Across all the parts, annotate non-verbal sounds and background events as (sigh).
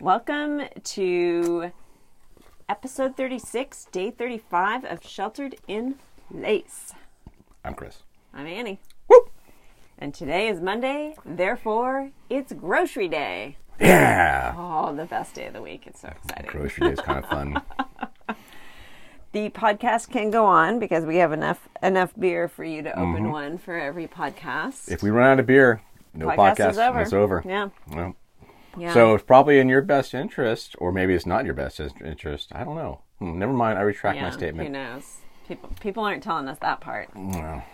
Welcome to episode 36, day 35 of Sheltered in Place. I'm Chris. I'm Annie. And today is Monday, therefore, it's grocery day. Yeah. Oh, the best day of the week. It's so exciting. Grocery day is kind of (laughs) fun. The podcast can go on because we have enough enough beer for you to open one for every podcast. Mm-hmm. If we run out of beer, no podcast. is over. It's over. Yeah. Well, yeah. So it's probably in your best interest, or maybe it's not in your best in- interest. I don't know. Hmm, Never mind. I retract yeah, my statement. Who knows? People people aren't telling us that part. Well,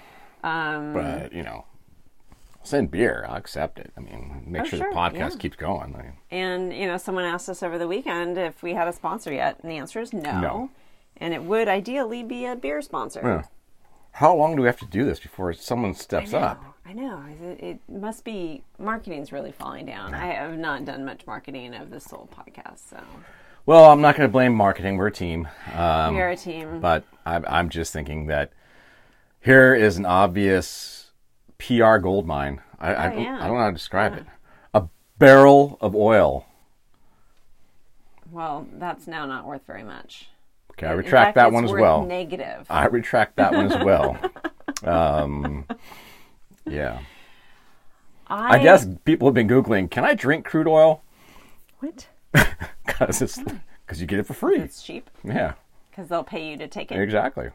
Um, but you know, send beer. I'll accept it. I mean, make Oh, sure, sure, the podcast yeah. keeps going. I mean, And, you know, someone asked us over the weekend if we had a sponsor yet, and the answer is no. No. And it would ideally be a beer sponsor. yeah. How long do we have to do this before someone steps I know, up? I know. It, it must be marketing's really falling down. I have not done much marketing of the Soul podcast, so Well, I'm not going to blame marketing. We're a team. Um, we are a team. but I'm, I'm just thinking that here is an obvious PR goldmine. I, I, Oh, don't- yeah. I don't know how to describe it. A barrel of oil. well, that's now not worth very much. Okay, I In retract fact, that it's one as worth well. Negative. I retract that one (laughs) as well. um, yeah. I guess people have been Googling, can I drink crude oil? (laughs) what? Because you get it for free. It's cheap Yeah, because they'll pay you to take it. exactly.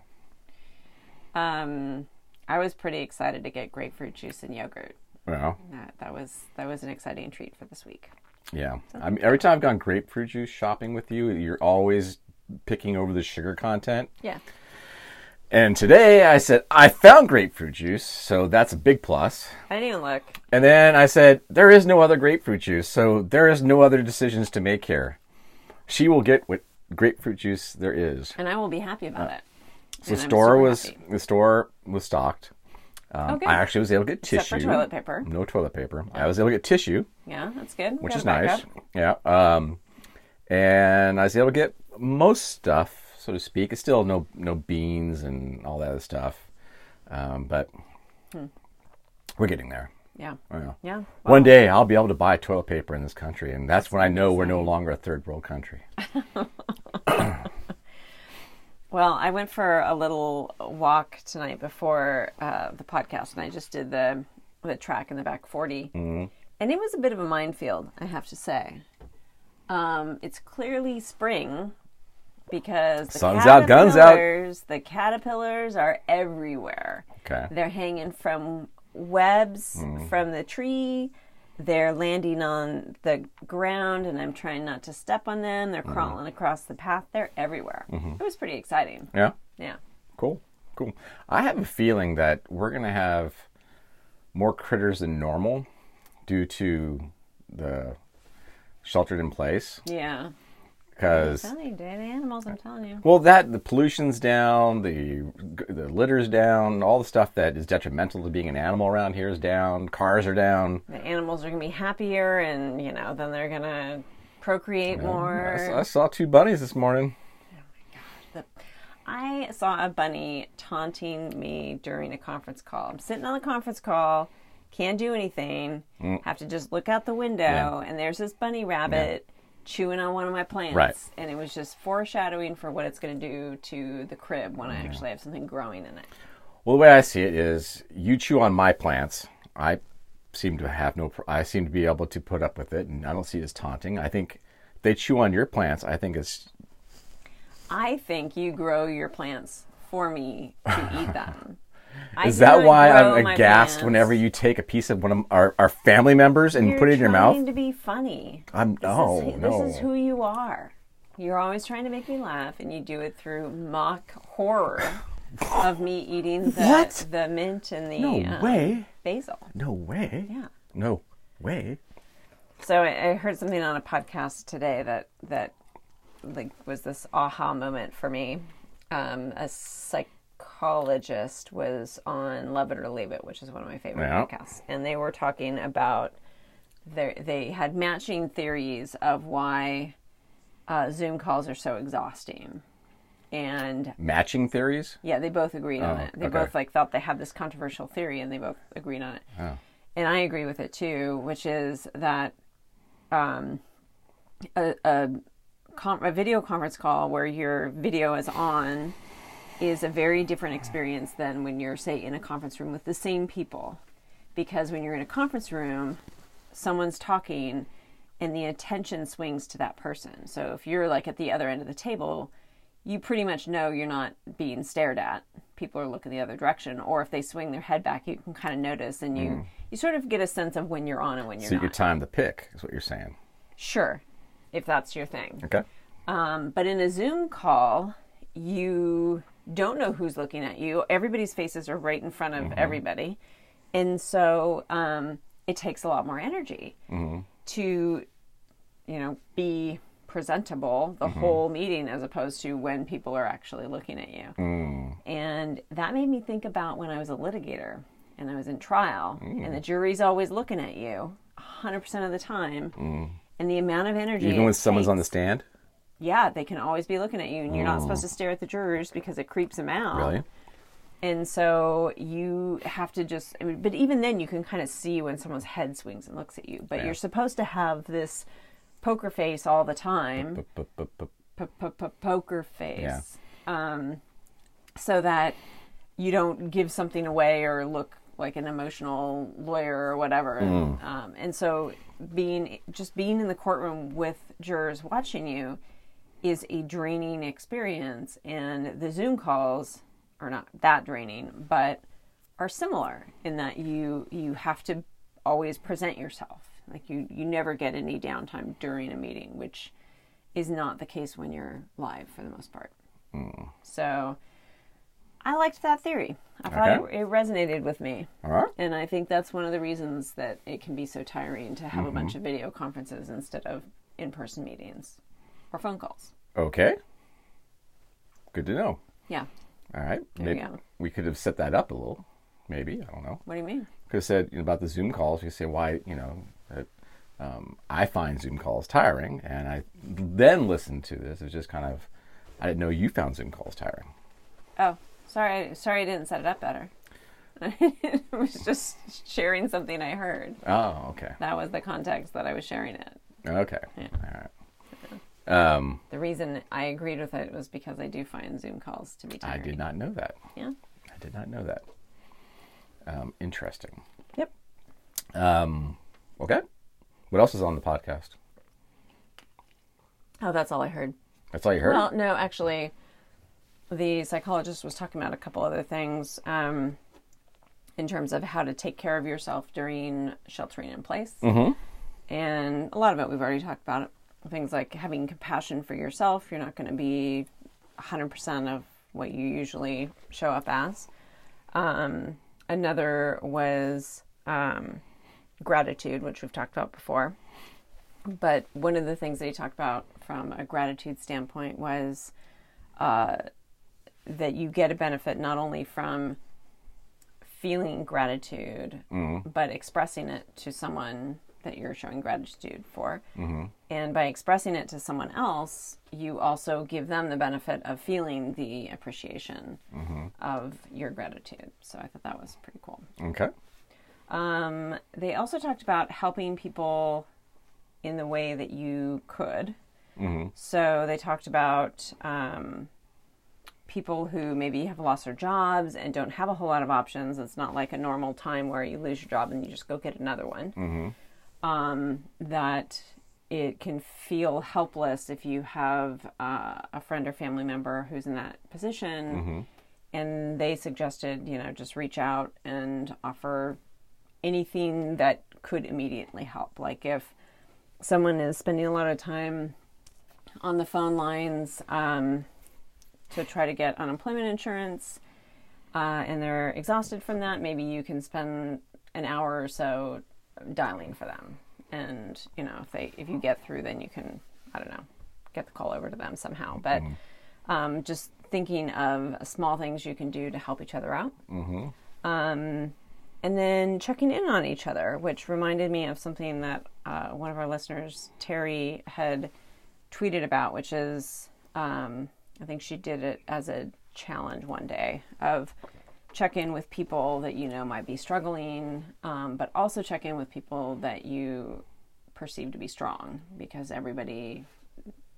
Um, I was pretty excited to get grapefruit juice and yogurt. Well, That, that was that was an exciting treat for this week. Yeah. I mean, every time I've gone grapefruit juice shopping with you, you're always picking over the sugar content. Yeah. And today I said, I found grapefruit juice, so that's a big plus. I didn't even look. And then I said, there is no other grapefruit juice, so there is no other decisions to make here. She will get what grapefruit juice there is. And I will be happy about it. Uh, So the I'm store super was happy. the store was stocked. Um, Okay. I actually was able to get tissue. Except for toilet paper. No toilet paper. I was able to get tissue. Yeah, that's good. which Got is a backup. nice. Yeah. Um, and I was able to get most stuff, so to speak. It's still no no beans and all that other stuff, um, but Hmm. we're getting there. Yeah. Yeah. Yeah. One day I'll be able to buy toilet paper in this country, and that's when I know we're no longer a third (laughs) world country. Well, I went for a little walk tonight before uh, the podcast, and I just did the the track in the back 40 Mm-hmm. and it was a bit of a minefield, I have to say. Um, it's clearly spring because the Sun's out, guns out. caterpillars- The caterpillars are everywhere. Okay. They're hanging from webs Mm. from the tree. They're landing on the ground, and I'm trying not to step on them. Mm-hmm. They're crawling across the path. They're everywhere. It was pretty exciting. Yeah. Yeah. Cool. Cool. I have a feeling that we're gonna have more critters than normal due to the sheltered in place Yeah. because Telling you, dead animals, I'm telling you. Well, that the pollution's down, the the litter's down, all the stuff that is detrimental to being an animal around here is down. Cars are down. The animals are going to be happier, and, you know, then they're going to procreate I, more. s- I saw two bunnies this morning. The- I saw a bunny taunting me during a conference call. I'm sitting on a conference call, can't do anything, Mm. have to just look out the window, and there's this bunny rabbit chewing on one of my plants. Right. And it was just foreshadowing for what it's going to do to the crib when I actually have something growing in it. Well, the way I see it is, you chew on my plants. I seem to have no. pr- I seem to be able to put up with it, and I don't see it as taunting. I think they chew on your plants. I think it's I think you grow your plants for me to eat (laughs) them. I Is do that not why grow I'm my aghast plants. whenever you take a piece of one of our, our family members and You're put it in your trying mouth? to be funny. I'm This no, is, no. This is who you are. You're always trying to make me laugh, and you do it through mock horror of me eating the What? the mint and the no uh, way. basil. No way. Yeah. No way. So I, I heard something on a podcast today that that like was this aha moment for me. Um, a psychologist was on Love It or Leave It, which is one of my favorite Yeah. podcasts, and they were talking about their, they had matching theories of why uh, Zoom calls are so exhausting. And Matching theories? yeah, they both agreed on Oh, it. They okay. both like thought they had this Oh. controversial theory, and they both agreed on it. And I agree with it too, which is that um, a, a, con- a video conference call where your video is on is a very different experience than when you're, say, in a conference room with the same people. Because when you're in a conference room, someone's talking and the attention swings to that person. So if you're like at the other end of the table, you pretty much know you're not being stared at. People are looking the other direction, or if they swing their head back, you can kind of notice, and you you sort of get a sense of when you're on and when you're Mm. So you not. could time the pick, is what you're saying. sure, if that's your thing. Okay. Um, but in a Zoom call, you don't know who's looking at you. Everybody's faces are right in front of Mm-hmm. everybody. And so um, it takes a lot more energy Mm-hmm. to, you know, be presentable the Mm-hmm. whole meeting as opposed to when people are actually looking at you. Mm. And that made me think about when I was a litigator and I was in trial Mm. and the jury's always looking at you 100% of the time. And the amount of energy Mm. Even when it someone's takes- on the stand? yeah, they can always be looking at you, and you're not supposed to stare at the jurors because it creeps them out. Really? And so you have to just, I mean, but even then, you can kind of see when someone's head swings and looks at you. But you're supposed to have this poker face all the time, B-b-b-b- p- p- p- poker face, um, so that you don't give something away or look like an emotional lawyer or whatever. Um, and so being just being in the courtroom with jurors watching you is a draining experience and the zoom calls are not that draining but are similar in that you you have to always present yourself like you you never get any downtime during a meeting which is not the case when you're live for the most part so i liked that theory i thought Okay. it, it resonated with me All right. and i think that's one of the reasons that it can be so tiring to have a bunch Mm-hmm. of video conferences instead of in-person meetings or phone calls Okay. Good to know. yeah All right. we Maybe go. we could have set that up a little. Maybe. I don't know. what do you mean Could have said you know, about the Zoom calls. You could say why, you know, that, um, I find Zoom calls tiring. And I then listened to this. It was just kind of, I didn't know you found Zoom calls tiring. Oh, sorry, sorry, I didn't set it up better. (laughs) I was just sharing something I heard. Oh, okay. That was the context that I was sharing it. Okay. Yeah. All right. Um, The reason I agreed with it was because I do find Zoom calls to be I tiring. did not know that. Yeah. I did not know that. Um, interesting. Yep. Um, okay. What else is on the podcast? Oh, that's all I heard. That's all you heard? Well, no, actually, the psychologist was talking about a couple other things um, in terms of how to take care of yourself during sheltering in place. And a lot of it we've already talked about. Things like having compassion for yourself. You're not going to be 100% of what you usually show up as. Um, another was um, gratitude, which we've talked about before. But one of the things that he talked about from a gratitude standpoint was uh, that you get a benefit not only from feeling gratitude, but expressing it to someone that you're showing gratitude for. And by expressing it to someone else, you also give them the benefit of feeling the appreciation of your gratitude. So I thought that was pretty cool. okay. Um, they also talked about helping people in the way that you could. So they talked about um, people who maybe have lost their jobs and don't have a whole lot of options. It's not like a normal time where you lose your job and you just go get another one. Um, that it can feel helpless if you have uh, a friend or family member who's in that position. And they suggested, you know, just reach out and offer anything that could immediately help. Like if someone is spending a lot of time on the phone lines um, to try to get unemployment insurance uh, and they're exhausted from that, maybe you can spend an hour or so dialing for them. And you know, if they if you get through, then you can I don't know get the call over to them somehow. But um, just thinking of small things you can do to help each other out and then checking in on each other, which reminded me of something that uh, one of our listeners, Terry, had tweeted about, which is um, I think she did it as a challenge one day of check in with people that you know might be struggling, um, but also check in with people that you perceived to be strong because everybody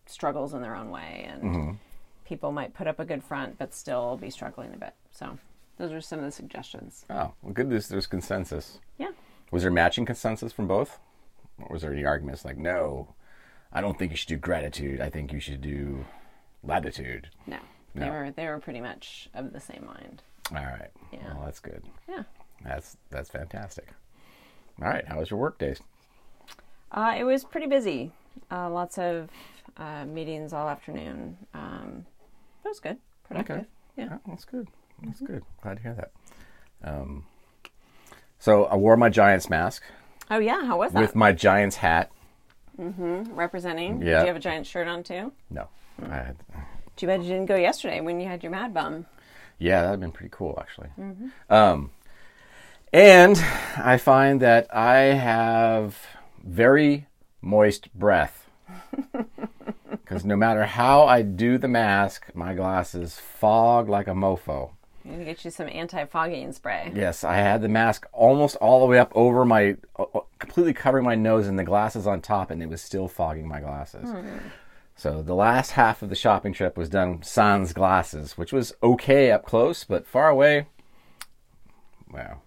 struggles in their own way and people might put up a good front but still be struggling a bit. So those are some of the suggestions. Oh, well, good. There's, there's consensus. Yeah. Was there matching consensus from both? Or was there any arguments like, no, I don't think you should do gratitude. I think you should do latitude. No. They No. were they were pretty much of the same mind. All right. Yeah. Well, that's good. Yeah. That's that's fantastic. All right. How was your work days? Uh, it was pretty busy. Uh, lots of uh, meetings all afternoon. Um, it was good, productive. Yeah. Oh, that's good. That's Mm-hmm. good. Glad to hear that. Um, so I wore my Giants mask Oh yeah, how was that? with my Giants hat. Representing. Yeah. Do you have a giant shirt on too? No. I had, Too bad you didn't go yesterday when you had your mad bum. yeah, that'd been pretty cool actually. Um, and I find that I have very moist breath. Because no matter how I do the mask, my glasses fog like a mofo. I'm gonna get you some anti-fogging spray. Yes, I had the mask almost all the way up over my, uh, uh, completely covering my nose and the glasses on top, and it was still fogging my glasses. Hmm. So the last half of the shopping trip was done sans glasses, which was okay up close, but far away, wow,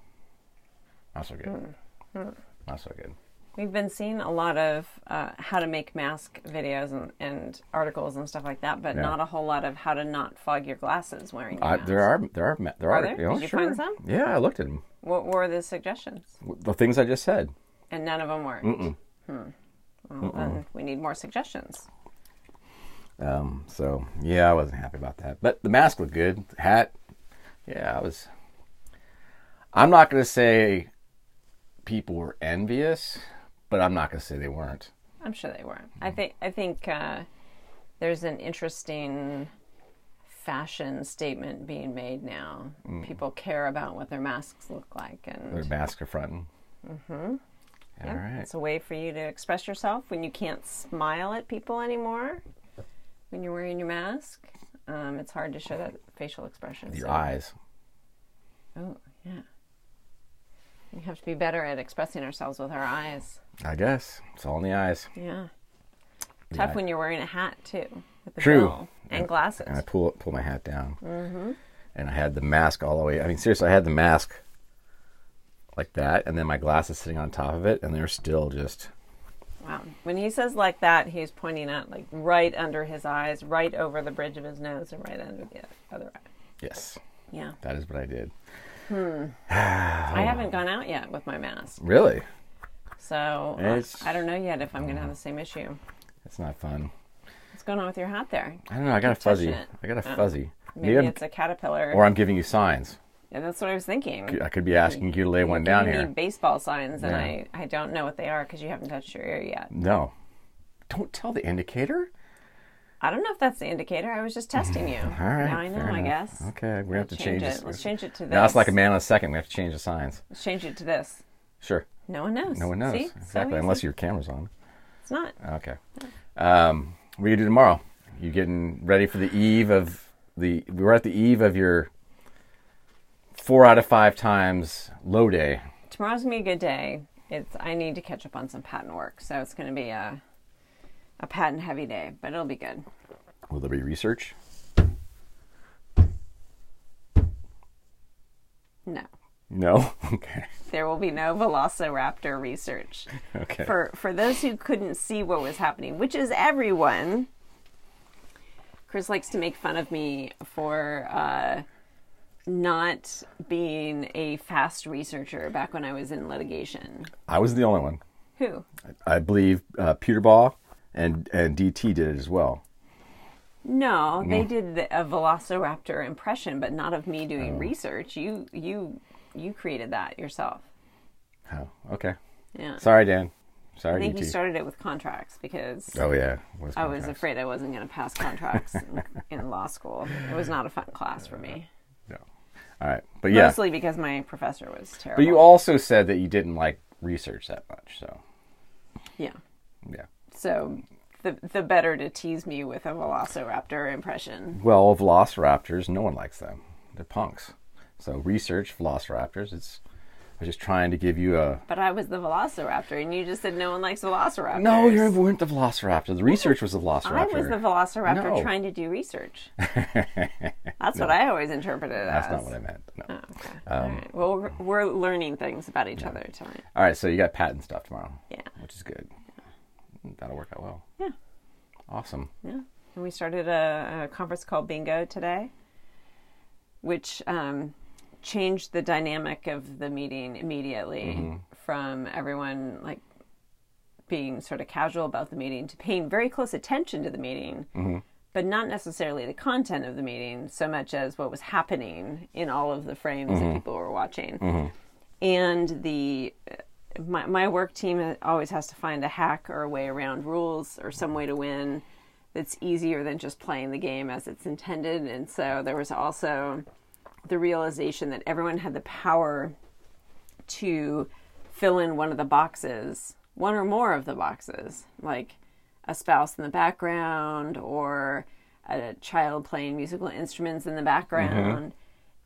not so good. Hmm. Not so good. We've been seeing a lot of uh, how to make mask videos and, and articles and stuff like that, but Yeah. not a whole lot of how to not fog your glasses wearing. a I, mask. there are there are ma- there are, Are there? You know, Did you sure. find some? Yeah, I looked at them. What were the suggestions? The things I just said. And none of them worked. Hmm. Well, then we need more suggestions. Um, so yeah, I wasn't happy about that. But the mask looked good. The hat, yeah, I was. I'm not gonna say people were envious, but I'm not gonna say they weren't. I'm sure they were. I think I think uh, there's an interesting fashion statement being made now. Mm. People care about what their masks look like, and Their masks are fronting. Mm-hmm. All right. it's a way for you to express yourself when you can't smile at people anymore. When you're wearing your mask, um, it's hard to show that facial expression. Your so- eyes. Oh yeah. We have to be better at expressing ourselves with our eyes. I guess it's all in the eyes. Yeah. Tough Yeah. when you're wearing a hat too. With the True. bill And glasses. And I pull pull my hat down. And I had the mask all the way. I mean, seriously, I had the mask like that, and then my glasses sitting on top of it, and they're still just. Wow. When he says like that, he's pointing out like right under his eyes, right over the bridge of his nose, and right under the other eye. Yes, Yeah. that is what I did. I Oh. haven't gone out yet with my mask. Really. So uh, It's- Mm. I don't know yet if I'm going to have the same issue. It's not fun. What's going on with your hat there? I don't know. I got a fuzzy. touching it. I got a Oh. fuzzy. Maybe Maybe I'm- it's a caterpillar. or I'm giving you signs. yeah, that's what I was thinking. I could be asking you to lay one down you here. need baseball signs, and Yeah. I, I don't know what they are because you haven't touched your ear yet. No. Don't tell the indicator. I don't know if that's the indicator. I was just testing you. Mm. All right. Now I know, fair I enough. guess. Okay, we have to Change change, it. this. Let's change it to Now it's this. like a man on a second. We have to change the signs. Let's change it to this. Sure. No one knows. No one knows. See? So Exactly. easy. Unless your camera's on. It's not. Okay. Um, what do you do tomorrow? You getting ready for the eve of the? We're at the eve of your four out of five times low day. tomorrow's gonna be a good day. It's I need to catch up on some patent work, so it's gonna be a a patent heavy day, but it'll be good. Will there be research? No, No. (laughs) Okay. there will be no Velociraptor (laughs) research. Okay. For for those who couldn't see what was happening, which is everyone. Chris likes to make fun of me for uh, not being a fast researcher back when I was in litigation. I was the only one. Who? I believe uh, Peter Ball and and DT did it as well. No, they Mm. did the, a Velociraptor impression, but not of me Oh. doing research. You, you, you created that yourself. Oh, okay. Yeah, Sorry, Dan. I Sorry, think DT. you started it with contracts because oh yeah. Was I was afraid I wasn't going to pass contracts in, in law school. It was not a fun class for me, No. All right, but yeah. mostly because my professor was terrible. But you also said that you didn't like research that much, so yeah. yeah. So the the better to tease me with a Velociraptor impression. Well, Velociraptors, no one likes them. They're punks. So research Velociraptors. It's was just trying to give you a. But I was the velociraptor, and you just said no one likes velociraptors. No, you weren't the Velociraptor. The research was the Velociraptor. I was the velociraptor No. trying to do (laughs) research. That's what I always interpreted it That's as. not what I um, meant. No. Okay. All right. Well, we're, we're learning things about each other tonight. All right, so you got patent stuff tomorrow. Yeah. Which is good. That'll work out well. Yeah. Awesome. Yeah. And we started a, a conference called Bingo today, which um, changed the dynamic of the meeting immediately from everyone like being sort of casual about the meeting to paying very close attention to the meeting. But not necessarily the content of the meeting so much as what was happening in all of the frames that people were watching. And the my, my work team always has to find a hack or a way around rules or some way to win that's easier than just playing the game as it's intended. And so there was also the realization that everyone had the power to fill in one of the boxes, one or more of the boxes, like a spouse in the background or a child playing musical instruments in the background.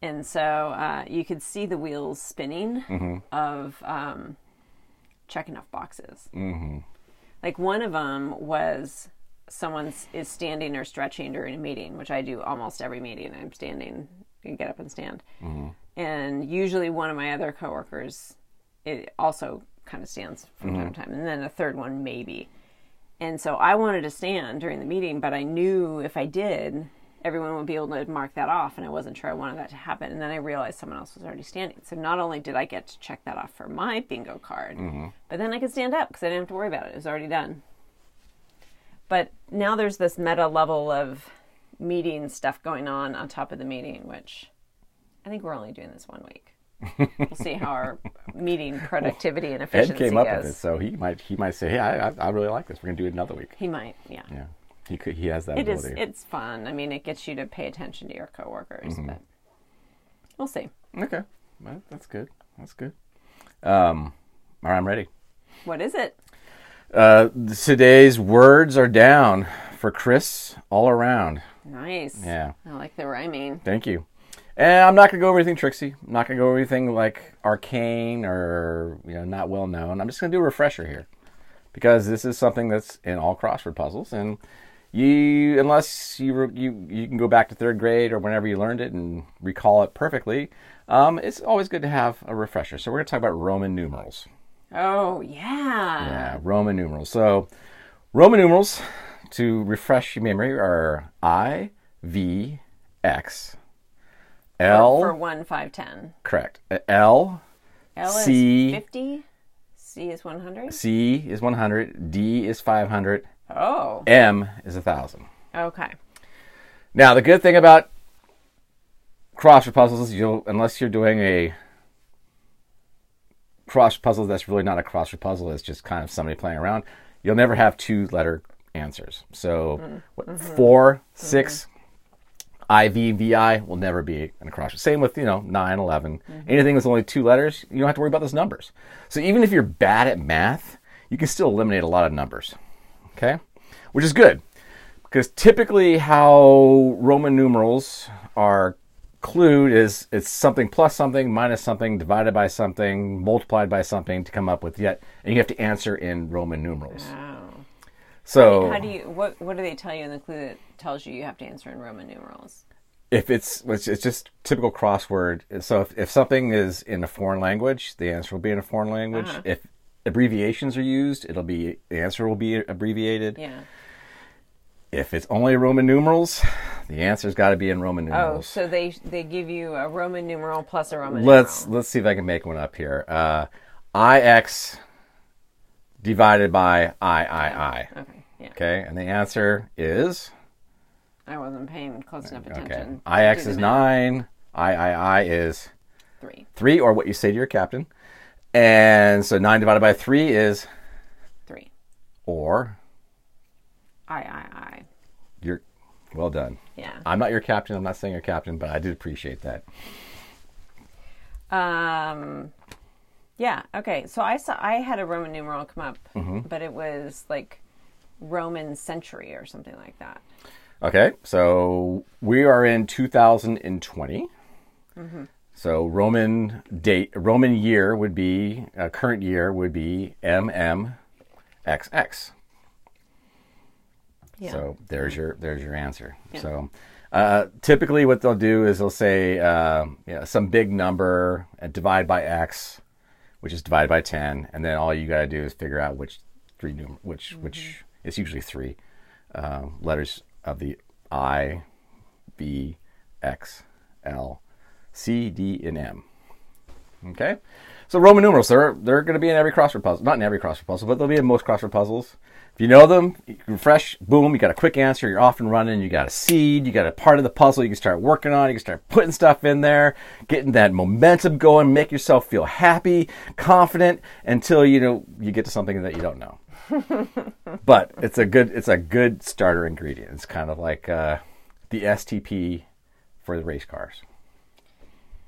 And so uh, you could see the wheels spinning of um, checking off boxes. Mm-hmm. Like one of them was someone s- is standing or stretching during a meeting, which I do almost every meeting. I'm standing and get up and stand. And usually one of my other coworkers it also kind of stands from time to time. And then a third one, maybe. And so I wanted to stand during the meeting, but I knew if I did, everyone would be able to mark that off. And I wasn't sure I wanted that to happen. And then I realized someone else was already standing. So not only did I get to check that off for my bingo card, Mm-hmm. but then I could stand up because I didn't have to worry about it. It was already done. But now there's this meta level of meeting stuff going on on top of the meeting, which I think we're only doing this one week. (laughs) we'll see how our meeting productivity and efficiency Ed came up goes. with it, so he might he might say, "Hey, I, I, I really like this. We're gonna do it another week." He might, yeah. Yeah, he could, he has that It is. ability. It's fun. I mean, it gets you to pay attention to your coworkers, Mm-hmm. but we'll see. Okay, well, that's good. That's good. Um, all right, I'm ready. What is it? Uh, today's words are down for Chris all around. Nice. Yeah. I like the rhyming. Thank you. And I'm not gonna go over anything tricksy. I'm not gonna go over anything like arcane or you know not well known. I'm just gonna do a refresher here because this is something that's in all crossword puzzles, and you unless you re- you you can go back to third grade or whenever you learned it and recall it perfectly, um, it's always good to have a refresher. So we're gonna talk about Roman numerals. Oh yeah. Yeah, Roman numerals. So, Roman numerals, to refresh your memory, are I, V, X, L, For one five ten. correct. Uh, L, L C. is fifty. C is one hundred. C is 100, D is 500, Oh. M is 1,000. Okay. Now, the good thing about crossword puzzles is you'll, unless you're doing a crossword puzzle that's really not a crossword puzzle, it's just kind of somebody playing around, you'll never have two letter answers. So, what, four, six, IV, VI will never be an acrostic. Same with, you know, 9, 11. Mm-hmm. Anything with only two letters, you don't have to worry about those numbers. So even if you're bad at math, you can still eliminate a lot of numbers. Okay? Which is good. Because typically how Roman numerals are clued is it's something plus something, minus something, divided by something, multiplied by something to come up with yet. And you have to answer in Roman numerals. Oh. So How do you? What What do they tell you in the clue that tells you you have to answer in Roman numerals? if it's it's it's just typical crossword. So if, if something is in a foreign language, the answer will be in a foreign language. Uh-huh. If abbreviations are used, it'll be the answer will be abbreviated. Yeah. If it's only Roman numerals, the answer's got to be in Roman Oh, numerals. so they they give you a Roman numeral plus a Roman let's numeral. let's see if I can make one up here. Uh, IX divided by III. Okay. Yeah. Okay, and the answer is I wasn't paying close enough okay. attention. IX Do is the math. nine. III is Three. three, or what you say to your captain. And so nine divided by three is Three. or. I, I, I. You're well done. Yeah. I'm not your captain. I'm not saying your captain, but I did appreciate that. Um, yeah. Okay. So I saw I had a Roman numeral come up, Mm-hmm. but it was like Roman century or something like that. Okay, so we are in 2020. So Roman date, Roman year would be uh, current year would be MMXX. Yeah. So there's your there's your answer. So uh, typically, what they'll do is they'll say uh, yeah, some big number and divide by x, which is divided by ten, and then all you got to do is figure out which three num- which which it's usually three uh, letters of the I, B, X, L, C, D, and M. Okay. So Roman numerals, they're they're going to be in every crossword puzzle. Not in every crossword puzzle, but they'll be in most crossword puzzles. If you know them, you refresh, boom, you got a quick answer. You're off and running. You got a seed. You got a part of the puzzle you can start working on. You can start putting stuff in there, getting that momentum going. Make yourself feel happy, confident until you know you get to something that you don't know. but it's a good it's a good starter ingredient. It's kind of like uh, the STP for the race cars.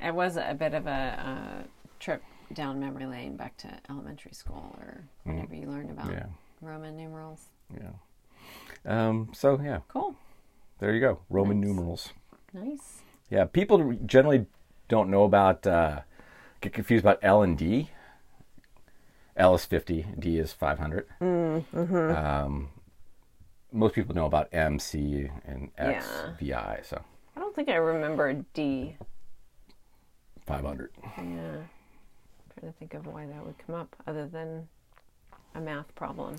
It was a bit of a uh, trip down memory lane back to elementary school or whenever you learned about Mm-hmm. Yeah. Roman numerals. Yeah. Um, so yeah, Cool. there you go. Roman numerals. Nice. Yeah, people generally don't know about uh, get confused about L and D. L is fifty, D is five Um, most people know about M, C, and X, Yeah. VI. So I don't think I remember a D. five hundred. Yeah. trying to think of why that would come up other than a math problem.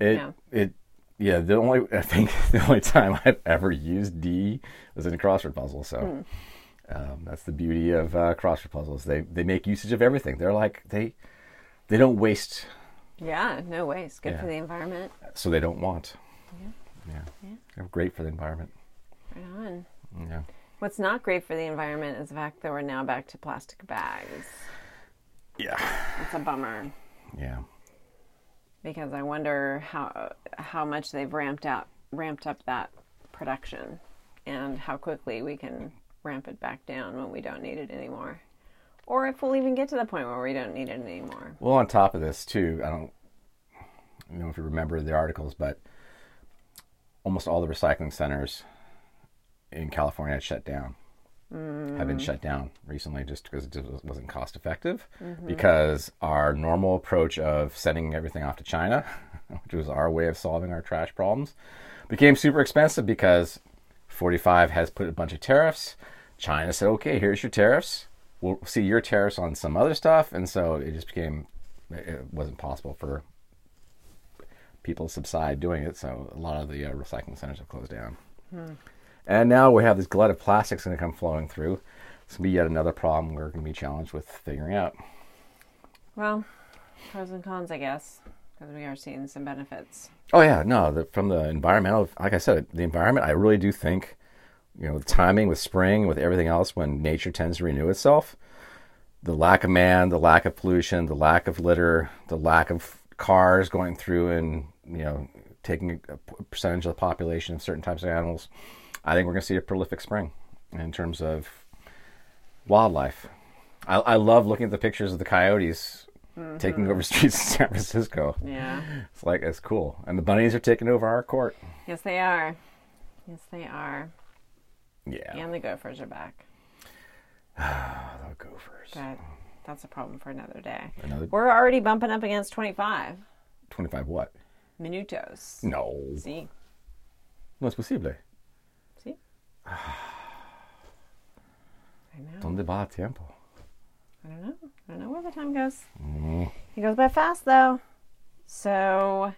It Yeah. it yeah, the only I think (laughs) the only time I've ever used D was in a crossword puzzle. So Hmm. um, that's the beauty of uh, crossword puzzles. They they make usage of everything. They're like they they don't waste, Yeah, no waste. Good for Yeah. the environment. so they don't want. Yeah. Yeah, Yeah. they're great for the environment. Right on. Yeah, What's not great for the environment is the fact that we're now back to plastic bags. yeah, It's a bummer yeah. because I wonder how how much they've ramped up ramped up that production and how quickly we can ramp it back down when we don't need it anymore. Or if we'll even get to the point where we don't need it anymore. Well, on top of this too, I don't I don't know if you remember the articles, but almost all the recycling centers in California had shut down. Have been shut down recently just because it just wasn't cost effective. Because our normal approach of sending everything off to China, (laughs) which was our way of solving our trash problems, became super expensive because 45 has put a bunch of tariffs. China said, okay, here's your tariffs. We'll see your tariffs on some other stuff. And so it just became, it wasn't possible for people subside doing it. So a lot of the uh, recycling centers have closed down. And now we have this glut of plastics going to come flowing through. It's going to be yet another problem we're going to be challenged with figuring out. Well, pros and cons, I guess, because we are seeing some benefits. Oh yeah, no, the, from the environmental, like I said, the environment. I really do think, you know, the timing with spring, with everything else, when nature tends to renew itself, the lack of man, the lack of pollution, the lack of litter, the lack of cars going through and you know taking a p- percentage of the population of certain types of animals. I think we're going to see a prolific spring in terms of wildlife. I, I love looking at the pictures of the coyotes taking over (laughs) streets in San Francisco. Yeah. It's like it's cool, and the bunnies are taking over our court. yes, they are. Yes, they are. Yeah, And the gophers are back. the Gophers. But that's a problem for another day. Another We're already bumping up against 25 twenty-five. What? minutos. No, See? no es posible. See? I know. Donde va el tiempo? I don't know. I don't know where the time goes. Mm-hmm. It goes by fast, though. So,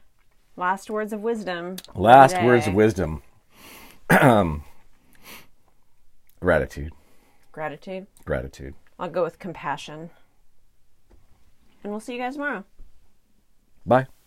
last words of wisdom. for Last today. words of wisdom. (clears throat) gratitude, Gratitude. gratitude. I'll go with compassion. And we'll see you guys tomorrow. Bye.